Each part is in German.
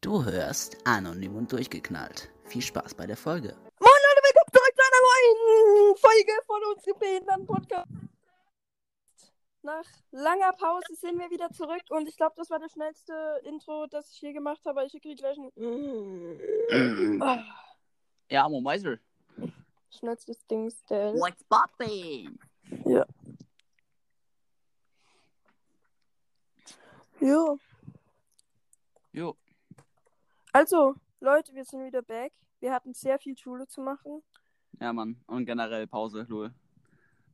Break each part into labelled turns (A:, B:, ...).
A: Du hörst Anonym und Durchgeknallt. Viel Spaß bei der Folge.
B: Moin Leute, willkommen zurück zu einer neuen Folge von unserem Behinderten-Podcast. Nach langer Pause sind wir wieder zurück und ich glaube, das war das schnellste Intro, das ich je gemacht habe. Ich kriege gleich
A: Mm.
B: ein... Ah,
A: Ja, Amo Meiser.
B: schnellstes Ding. Der...
A: What's poppin'?
B: Ja.
A: Jo.
B: Also, Leute, wir sind wieder back. Wir hatten sehr viel Schule zu machen.
A: Ja, Mann. Und generell Pause, Lul.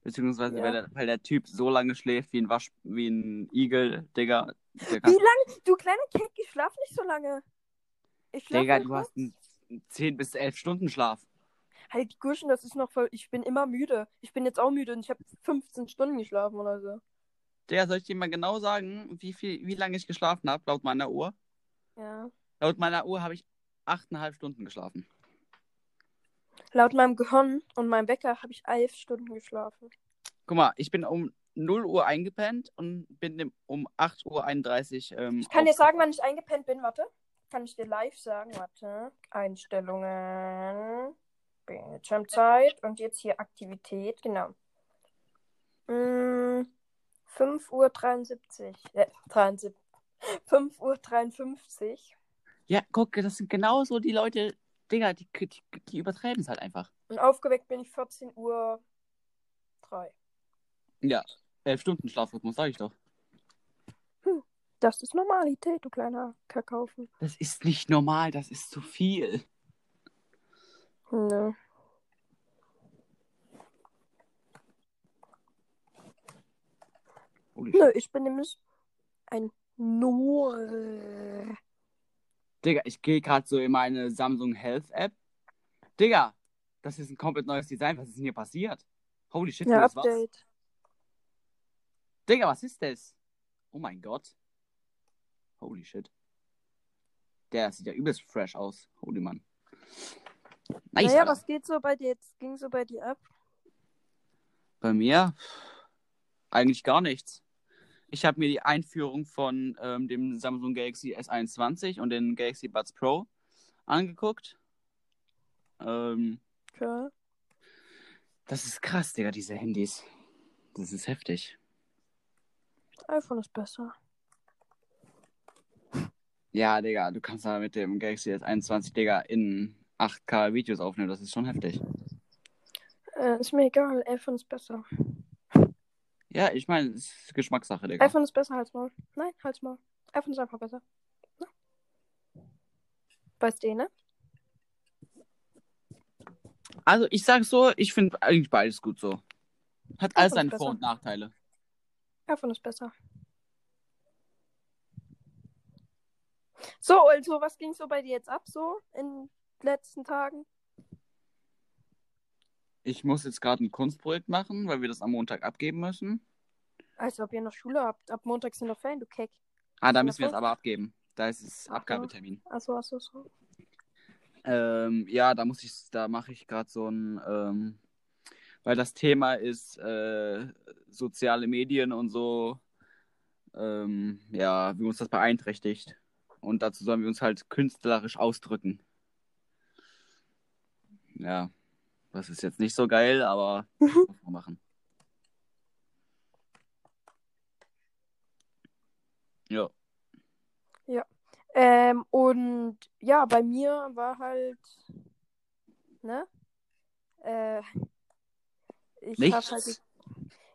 A: Beziehungsweise,
B: Ja.
A: weil, der, weil der Typ so lange schläft wie ein Wasch, wie ein Igel, Digga. Der
B: Wie
A: kann,
B: lange? Du kleiner Kek, ich schlaf nicht so lange. Ich schlaf
A: Digga,
B: nur
A: du hast
B: kurz.
A: einen 10 bis 11 Stunden Schlaf.
B: Halt die Gurschen, das ist noch voll. Ich bin immer müde. Ich bin jetzt auch müde und ich habe 15 Stunden geschlafen oder so.
A: Digga, soll ich dir mal genau sagen, wie viel, wie lange ich geschlafen habe, laut meiner Uhr?
B: Ja.
A: Laut meiner Uhr habe ich 8,5 Stunden geschlafen.
B: Laut meinem Gehirn und meinem Wecker habe ich elf Stunden geschlafen.
A: Guck mal, ich bin um 0 Uhr eingepennt und bin im- um 8.31 Uhr. Ähm,
B: Ich kann dir
A: auf-
B: sagen, wann ich eingepennt bin. Warte. Kann ich dir live sagen? Warte. Einstellungen. Bildschirmzeit. Und jetzt hier Aktivität. Genau. Mm, 5.73 Uhr. Äh, 73. 5.53 Uhr.
A: Ja, guck, das sind genauso die Leute, Digga, die, die, die übertreiben es halt einfach.
B: Und aufgeweckt bin ich 14.03 Uhr.
A: Ja, 11 Stunden Schlafrhythmus, Äh, sag ich doch.
B: Das ist Normalität, du kleiner Kackhaufen.
A: Das ist nicht normal, das ist zu viel.
B: Nö.
A: Holy shit.
B: Nö, ich bin nämlich ein Nur.
A: Digga, ich gehe gerade so in meine Samsung Health App. Digga, das ist ein komplett neues Design, was ist denn hier passiert? Holy shit,
B: Ja,
A: das war's.
B: Update.
A: Digga, was ist das? Oh mein Gott. Holy shit. Der sieht ja übelst fresh aus. Holy Mann. Nice,
B: naja,
A: Alter.
B: was geht so bei dir jetzt? Ging so bei dir ab?
A: Bei mir eigentlich gar nichts. Ich habe mir die Einführung von ähm, dem Samsung Galaxy S21 und den Galaxy Buds Pro angeguckt. Ähm,
B: Okay.
A: das ist krass, Digga, diese Handys. Das ist heftig.
B: iPhone ist besser.
A: Ja, Digga, du kannst da mit dem Galaxy S21, Digga, in 8K Videos aufnehmen. Das ist schon heftig.
B: Äh, ist mir egal, iPhone ist besser.
A: Ja, ich meine, es ist Geschmackssache, Digga.
B: iPhone ist besser, halt's mal. Nein, halt's mal. iPhone ist einfach besser. Na? Weißt du, ne?
A: Also, ich sag so, ich finde eigentlich beides gut so. Hat alles seine Vor-
B: besser.
A: und Nachteile.
B: iPhone ist besser. So, also, was ging so bei dir jetzt ab so in den letzten Tagen?
A: Ich muss jetzt gerade ein Kunstprojekt machen, weil wir das am Montag abgeben müssen.
B: Als Also, ob ihr noch Schule habt. Ab Montag sind noch Ferien, du Keck.
A: Ah, da
B: Am
A: müssen wir es
B: 5.?
A: aber abgeben. Da ist es
B: Ach so.
A: Abgabetermin.
B: Achso, achso, Also, so.
A: Ähm, ja, da muss ich, da mache ich gerade so ein, ähm, weil das Thema ist äh, soziale Medien und so, ähm, ja, wie uns das beeinträchtigt. Und dazu sollen wir uns halt künstlerisch ausdrücken. Ja, das ist jetzt nicht so geil, aber muss
B: Mhm.
A: man machen. Ja.
B: Ähm, und ja, bei mir war halt, ne? Äh, ich hab
A: Nichts.
B: halt, ge-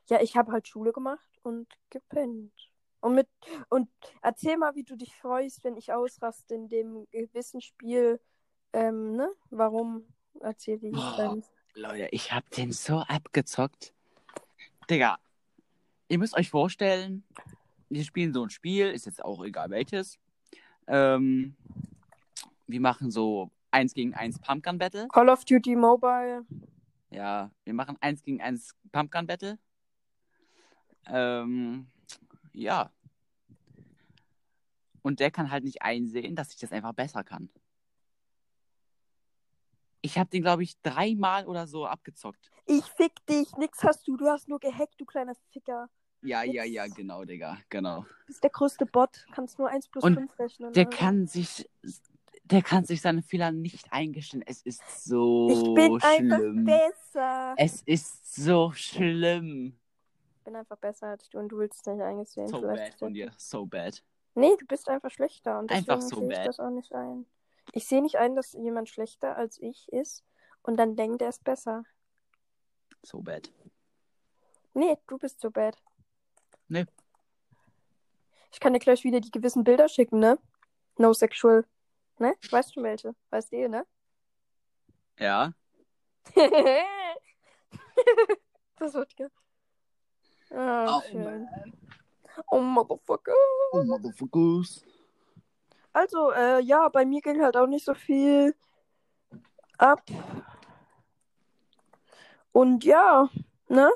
B: ja, ich habe halt Schule gemacht und gepennt. Und mit, und erzähl mal, wie du dich freust, wenn ich ausraste in dem gewissen Spiel, ähm, ne? Warum? Erzähl ich
A: Oh.
B: dann.
A: Leute, ich hab den so abgezockt. Digga, ihr müsst euch vorstellen, wir spielen so ein Spiel, ist jetzt auch egal welches. Ähm, wir machen so 1 gegen 1 Pumpgun Battle.
B: Call of Duty Mobile.
A: Ja, wir machen 1 gegen 1 Pumpgun Battle. Ähm, ja. Und der kann halt nicht einsehen, dass ich das einfach besser kann. Ich hab den, glaube ich, dreimal oder so abgezockt.
B: Ich fick dich, nix hast du, du hast nur gehackt, du kleiner Ficker.
A: Ja, ja, ja, genau, Digga. Genau.
B: Du bist der größte Bot. Kannst nur 1 plus
A: Und
B: 5 rechnen. ne?
A: Der
B: Alter.
A: kann sich. Der kann sich seine Fehler nicht eingestehen. Es ist so
B: Ich bin einfach
A: schlimm.
B: besser.
A: Es ist so schlimm.
B: Ich bin einfach besser als du und du willst es nicht eingesehen.
A: So
B: Vielleicht
A: bad
B: ist
A: von
B: das-
A: dir. So bad.
B: Nee, du bist einfach schlechter und deswegen
A: Einfach so
B: sehe ich
A: bad.
B: das auch nicht ein. Ich sehe nicht ein, dass jemand schlechter als ich ist und dann denkt, er ist besser.
A: So bad.
B: Nee, du bist so bad.
A: Nee.
B: Ich kann dir gleich wieder die gewissen Bilder schicken, ne? No sexual. Ne? Weißt schon welche. Weißt du, eh, ne?
A: Ja.
B: das wird ge. Ah,
A: Oh,
B: schön. Oh, Motherfucker.
A: Oh, motherfuckers.
B: Also, äh, ja, bei mir ging halt auch nicht so viel ab. Und ja, ne?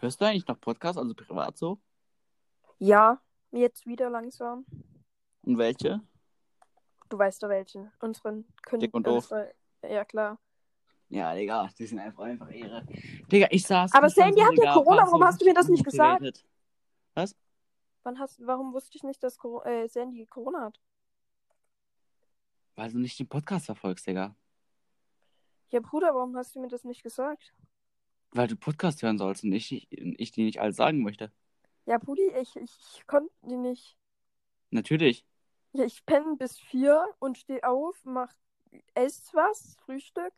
A: Hörst du eigentlich noch Podcasts, also privat so?
B: Ja, jetzt wieder langsam.
A: Und welche?
B: Du weißt doch welchen. Unseren Kündigung.
A: Dick und doof.
B: Ja, klar.
A: Ja, Digga, die sind einfach einfach Ehre. Digga, ich saß.
B: Aber
A: ich saß
B: Sandy
A: so,
B: hat ja
A: Digga,
B: Corona,
A: war
B: warum
A: so
B: hast du mir das nicht gesagt?
A: motivated.
B: Wann hast, warum wusste ich nicht, dass Cor äh, Sandy Corona hat?
A: Weil du nicht den Podcast verfolgst, Digga.
B: Ja, Bruder, warum hast du mir das nicht gesagt?
A: Weil du Podcast hören sollst und ich, ich, ich dir nicht alles sagen möchte.
B: Ja, Brudi, ich, ich, ich konnte die nicht.
A: Natürlich.
B: Ja, ich penne bis vier und stehe auf, mach, ess was, Frühstück,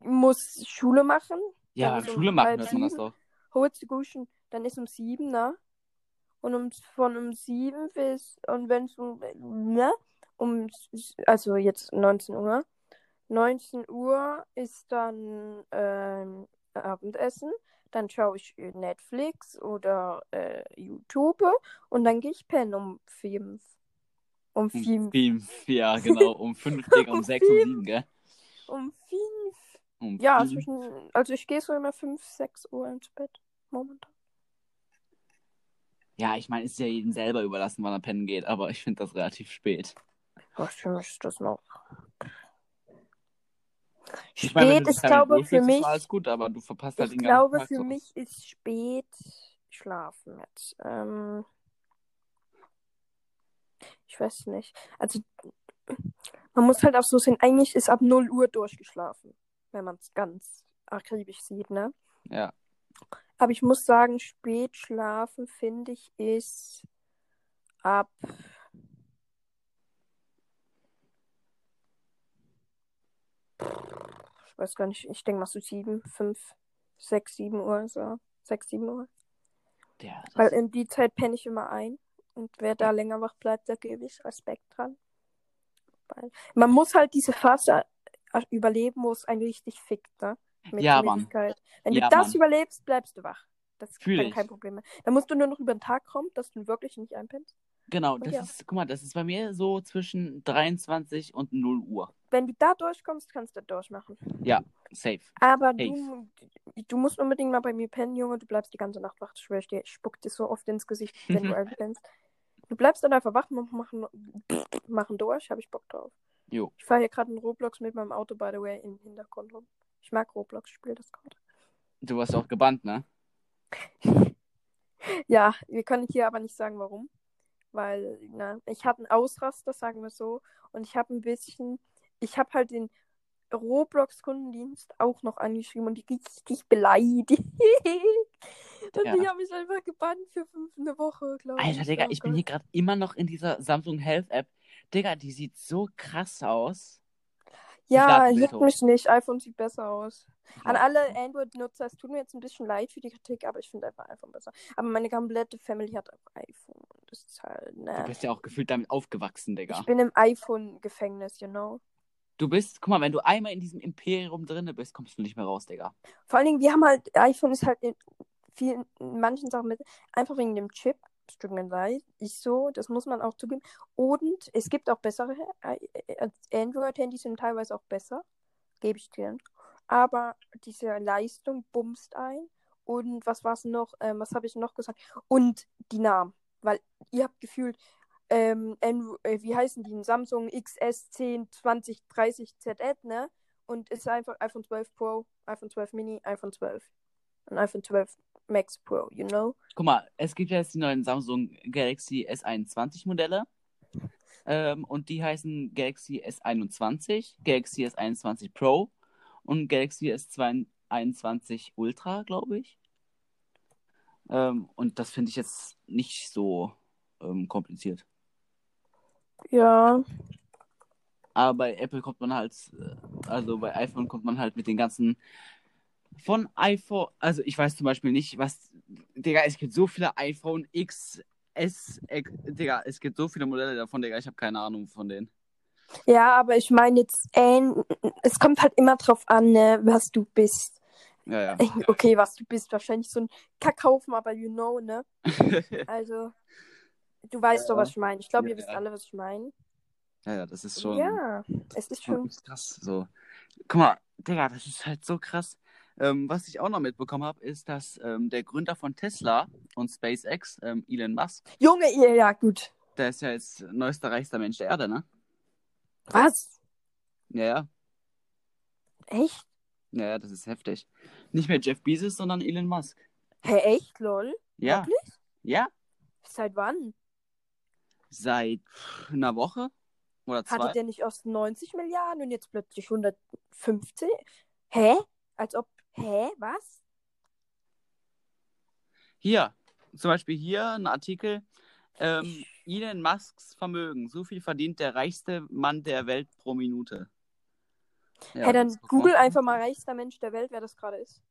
B: muss Schule machen,
A: Ja,
B: Ja,
A: beim
B: so
A: Schule machen
B: halb
A: hört man das
B: sieben.
A: doch.
B: holt die Guschen, dann ist um sieben, ne? Und um, von um sieben bis, und wenn es um, ne? Um, s- also jetzt 19 Uhr. 19 Uhr ist dann ähm, Abendessen. Dann schaue ich äh, Netflix oder äh, YouTube und dann gehe ich pennen um fünf. Um
A: Um
B: fünf.
A: fünf, ja, genau. Um fünf, Digga, um
B: Um
A: sechs, um
B: fünf.
A: sieben, gell?
B: Um fünf.
A: Um
B: Ja,
A: fünf.
B: zwischen, also ich gehe so immer 5, 6 Uhr ins Bett. Momentan.
A: Ja, ich meine, ist ja jedem selber überlassen, wann er pennen geht, aber ich finde das relativ spät.
B: Was für mich ist das noch?
A: Ich meine, wenn du
B: Spät
A: bis
B: ist,
A: dahin
B: glaube ich, für
A: durchschläfst, ist
B: mich.
A: doch alles gut, aber du verpasst halt
B: Ich
A: den ganzen
B: glaube,
A: Tag
B: für
A: so.
B: mich ist spät schlafen jetzt. Ähm, ich weiß nicht. Also, man muss halt auch so sehen, eigentlich ist ab 0 Uhr durchgeschlafen, wenn man es ganz akribisch sieht, ne?
A: Ja.
B: Aber ich muss sagen, spät schlafen, finde ich, ist ab. Ich weiß gar nicht, ich denke mal so 7, 5, 6, 7 Uhr, so. 6, 7 Uhr.
A: Ja, das
B: Weil in die Zeit penne ich immer ein. Und wer da länger wach bleibt, da gebe ich Respekt dran. Weil man muss halt diese Phase äh, überleben, wo es einen richtig fickt, ne? Mit
A: Ja, Mann.
B: Müdigkeit. Wenn
A: Ja,
B: du das
A: Mann.
B: überlebst, bleibst du wach. Das ist
A: Fühl
B: dann
A: ich.
B: kein Problem mehr. Dann musst du nur noch über den Tag kommen, dass du wirklich nicht einpennst.
A: Genau,
B: Und
A: das
B: Oh ja.
A: ist, guck mal, das ist bei mir so zwischen 23 und 0 Uhr.
B: Wenn du da durchkommst, kannst du das durchmachen.
A: Safe.
B: Aber du, du musst unbedingt mal bei mir pennen, Junge. Du bleibst die ganze Nacht wach. Ich schwöre ich dir, ich spuck dir so oft ins Gesicht, wenn du einpennst. Du bleibst dann einfach wach, mach- machen, machen durch, habe ich Bock drauf.
A: Jo.
B: Ich fahre hier gerade in Roblox mit meinem Auto, by the way, im Hintergrund rum. Ich mag Roblox, ich spiele das gerade.
A: Du warst auch gebannt, ne?
B: Ja, wir können hier aber nicht sagen, warum. Weil, na, ich hatte einen Ausraster, sagen wir so. Und ich habe ein bisschen, ich habe halt den Roblox-Kundendienst auch noch angeschrieben und die richtig beleidigt. Und die
A: Ja.
B: haben mich einfach gebannt für fünf eine Woche, glaube ich.
A: Alter, Digga,
B: Oh
A: ich bin
B: Gott.
A: hier gerade immer noch in dieser Samsung Health App. Digga, die sieht so krass aus.
B: Ja,
A: Datenbild
B: juckt
A: hoch.
B: mich nicht. iPhone sieht besser aus. An
A: Ja.
B: alle Android-Nutzer, es tut mir jetzt ein bisschen leid für die Kritik, aber ich finde einfach iPhone besser. Aber meine komplette Family hat auch iPhone. Das ist halt,
A: Du
B: ne.
A: bist ja auch gefühlt damit aufgewachsen, Digga.
B: Ich bin im iPhone-Gefängnis, you know.
A: Du bist, guck mal, wenn du einmal in diesem Imperium drinne bist, kommst du nicht mehr raus, Digga.
B: Vor allen Dingen, wir haben halt, iPhone ist halt in vielen, in manchen Sachen mit, einfach wegen dem Chip. Es tut mir leid, ist so, das muss man auch zugeben. Und es gibt auch bessere, äh, äh, Android-Handys sind teilweise auch besser, gebe ich dir. Aber diese Leistung bumst ein. Und was war es noch? Ähm, was habe ich noch gesagt? Und die Namen. Weil ihr habt gefühlt, ähm, Andro- äh, wie heißen die? Samsung XS 10, 20, 30 ZF, ne? Und es ist einfach iPhone 12 Pro, iPhone 12 Mini, iPhone 12 und iPhone 12 Max Pro, you know?
A: Guck mal, es gibt ja jetzt die neuen Samsung Galaxy S21 Modelle. Ähm, und die heißen Galaxy S21, Galaxy S21 Pro und Galaxy S21 Ultra, glaube ich. Ähm, und das finde ich jetzt nicht so ähm, kompliziert.
B: Ja.
A: Aber bei Apple kommt man halt, äh, also bei iPhone kommt man halt mit den ganzen von iPhone, also ich weiß zum Beispiel nicht, was, Digga, es gibt so viele iPhone X, S, äh, Digga, es gibt so viele Modelle davon, Digga, ich habe keine Ahnung von denen.
B: Ja, aber ich meine jetzt, äh, es kommt halt immer drauf an, ne, was du bist.
A: Ja, ja.
B: Äh, Okay, was du bist, wahrscheinlich so ein Kackhaufen, aber you know, ne? Also, du weißt
A: Ja.
B: doch, was ich meine. Ich glaube, ihr
A: Ja,
B: wisst
A: ja.
B: alle, was ich meine.
A: ja, ja, das ist schon.
B: Ja, es ist
A: schon
B: schon.
A: echt krass. So. Guck mal, Digga, das ist halt so krass. Ähm, was ich auch noch mitbekommen habe, ist, dass ähm, der Gründer von Tesla und SpaceX, ähm, Elon Musk,
B: Junge, ihr, ja, gut.
A: der ist ja jetzt neuester reichster Mensch der Erde, ne?
B: Was?
A: Ja, ja.
B: Echt?
A: Ja, ja, das ist heftig. Nicht mehr Jeff Bezos, sondern Elon Musk.
B: Hä, echt, lol?
A: Ja.
B: Wirklich?
A: Ja.
B: Seit wann?
A: Seit einer Woche oder zwei.
B: Hatte der nicht erst 90 Milliarden und jetzt plötzlich 150? Hä? Als ob. Hä? Was?
A: Hier, zum Beispiel hier ein Artikel. Ähm, Elon Musks Vermögen. So viel verdient der reichste Mann der Welt pro Minute. Ja,
B: Hä, dann
A: das guck mal.
B: google einfach mal reichster Mensch der Welt, wer das gerade ist.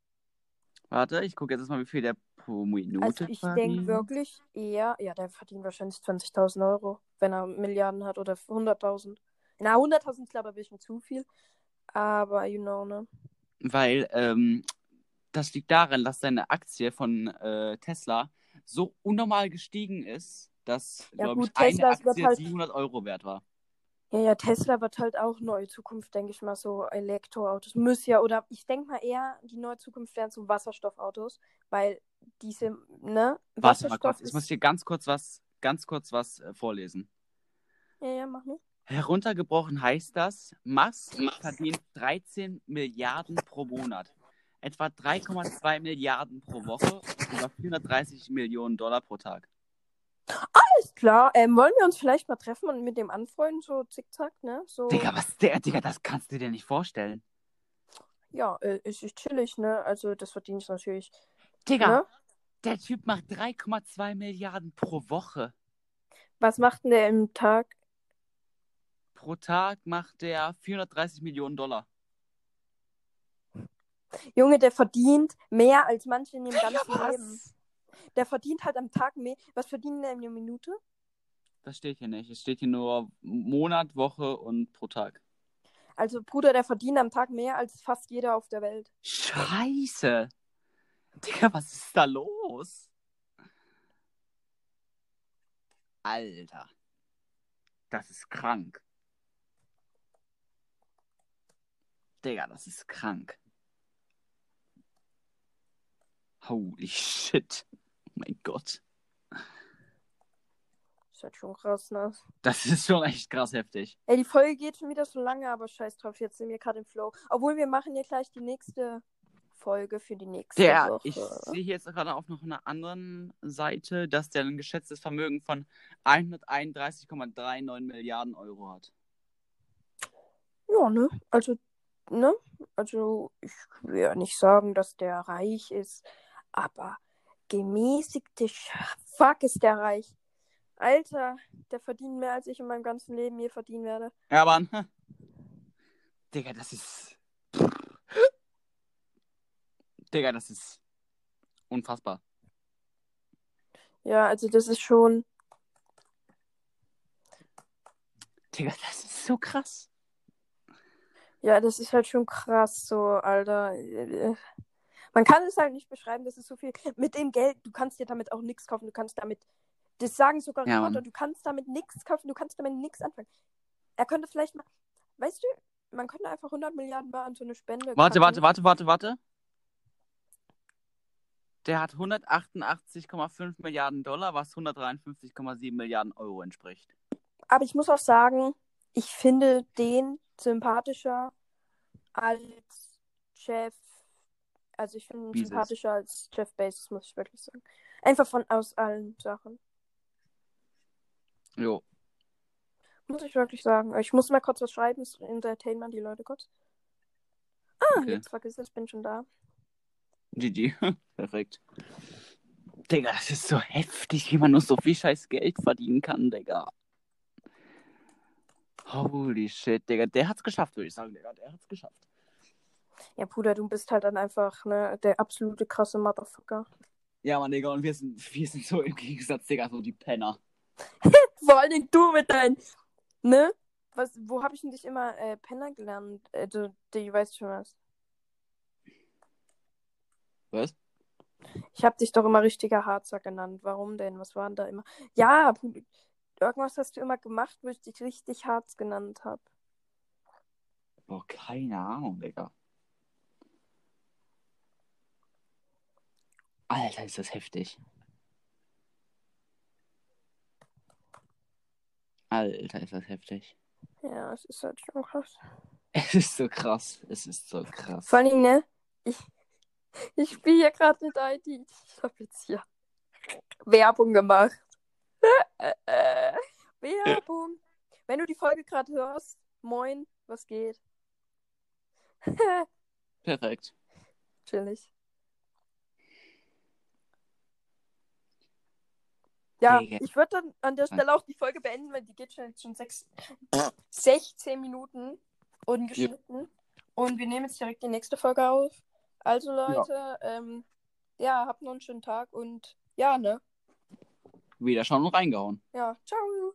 A: Warte, ich gucke jetzt erstmal, wie viel der pro Minute
B: Also ich denke
A: verdient.
B: wirklich eher, ja, der verdient wahrscheinlich 20.000 Euro, wenn er Milliarden hat oder 100.000. Na, 100.000 ist glaube ich ein bisschen zu viel, aber you know, ne?
A: Weil ähm, das liegt daran, dass seine Aktie von äh, Tesla so unnormal gestiegen ist, dass,
B: Ja,
A: glaube
B: gut,
A: ich, eine
B: Teslas wird
A: Aktie
B: halt-
A: 700 Euro wert war.
B: Ja, ja, Tesla wird halt auch neue Zukunft, denke ich mal, so Elektroautos. Müssen ja, oder ich denke mal eher, die neue Zukunft wären so Wasserstoffautos, weil diese, ne?
A: Warte mal kurz, ich
B: ist-
A: muss hier ganz kurz was, ganz kurz was äh, vorlesen.
B: Ja, ja, mach nur.
A: Heruntergebrochen heißt das, Musk
B: Musk.
A: verdient 13 Milliarden pro Monat, etwa 3,2 Milliarden pro Woche und über 430 Millionen Dollar pro Tag.
B: Alles klar, ähm, wollen wir uns vielleicht mal treffen und mit dem anfreunden, so zickzack, ne? So.
A: Digga, was der, Digga, das kannst du dir nicht vorstellen.
B: Ja, äh, es ist chillig, ne? Also das verdiene ich natürlich.
A: Digga,
B: Ne?
A: der Typ macht 3,2 Milliarden pro Woche.
B: Was macht denn der im Tag?
A: Pro Tag macht der 430 Millionen Dollar.
B: Junge, der verdient mehr als manche in dem ganzen Leben. Der verdient halt am Tag mehr. Was verdient der in der Minute?
A: Das steht hier nicht. Es steht hier nur Monat, Woche und pro Tag.
B: Also Bruder, der verdient am Tag mehr als fast jeder auf der Welt.
A: Scheiße. Digga, was ist da los? Alter. Das ist krank. Digga, das ist krank. Holy shit. Oh mein Gott.
B: Ist halt schon krass, ne?
A: Das ist schon echt krass heftig.
B: Ey, die Folge geht schon wieder so lange, aber scheiß drauf, jetzt sind wir gerade im Flow. Obwohl, wir machen ja gleich die nächste Folge für die nächste
A: Der,
B: Woche.
A: ich sehe hier jetzt gerade auf noch einer anderen Seite, dass der ein geschätztes Vermögen von 131,39 Milliarden Euro hat.
B: Ja, ne? Also, ne? Also, ich will ja nicht sagen, dass der reich ist, aber gemäßigte Sch- Fuck ist der reich. Alter, der verdient mehr, als ich in meinem ganzen Leben je verdienen werde.
A: Ja, aber. hm. Digga, das ist. Digga, das ist unfassbar.
B: Ja, also das ist schon.
A: Digga, das ist so krass.
B: Ja, das ist halt schon krass, so, Alter. Äh, Man kann es halt nicht beschreiben, das ist so viel. Mit dem Geld, du kannst dir damit auch nichts kaufen, du kannst damit. Das sagen sogar
A: Ja,
B: Reporter,
A: Mann.
B: du kannst damit nichts kaufen, du kannst damit nichts anfangen. Er könnte vielleicht mal. Weißt du, man könnte einfach 100 Milliarden Mal an so eine Spende.
A: Warte, warte,
B: packen.
A: warte, warte, warte. Der hat 188,5 Milliarden Dollar, was 153,7 Milliarden Euro entspricht.
B: Aber ich muss auch sagen, ich finde den sympathischer als Jeff Also ich finde ihn
A: Bezos.
B: sympathischer als Jeff Bezos, muss ich wirklich sagen. Einfach von aus allen Sachen.
A: Jo.
B: Muss ich wirklich sagen. Ich muss mal kurz was schreiben, es entertain man die Leute kurz. Ah,
A: Okay.
B: jetzt vergiss es, bin schon da.
A: GG. Perfekt. Digga, das ist so heftig, wie man nur so viel scheiß Geld verdienen kann, Digga. Holy shit, Digga. Der hat's geschafft, würde ich sagen, Digga. Der hat's geschafft.
B: Ja, Bruder, du bist halt dann einfach, ne, der absolute krasse Motherfucker.
A: Ja, Mann, Digga, und wir sind, wir sind so im Gegensatz, Digga, so die Penner.
B: Vor allen Dingen du mit deinen, ne? Was, wo habe ich denn dich immer äh, Penner gelernt? Äh, du, du weißt schon was.
A: Was?
B: Ich habe dich doch immer richtiger Harzer genannt. Warum denn? Was waren da immer? Ja, Pu- irgendwas hast du immer gemacht, wo ich dich richtig Harz genannt habe.
A: Boah, keine Ahnung, Digga. Alter, ist das heftig. Alter, ist das heftig.
B: Ja, es ist halt schon krass.
A: Es ist so krass. Es ist so krass.
B: Vor allen Dingen, ne? Ich, ich spiele hier gerade mit ID. Ich habe jetzt hier Werbung gemacht. Äh, äh, Werbung. Wenn du die Folge gerade hörst, moin, was geht?
A: Perfekt.
B: Chillig. Ja,
A: Digga.
B: ich würde dann an der Stelle auch die Folge beenden, weil die geht schon jetzt schon sechs, 16 Minuten ungeschnitten. Und wir nehmen jetzt direkt die nächste Folge auf. Also Leute, ähm, ja, habt noch einen schönen Tag und ja, ne?
A: Wieder schauen und reingehauen.
B: Ja, ciao.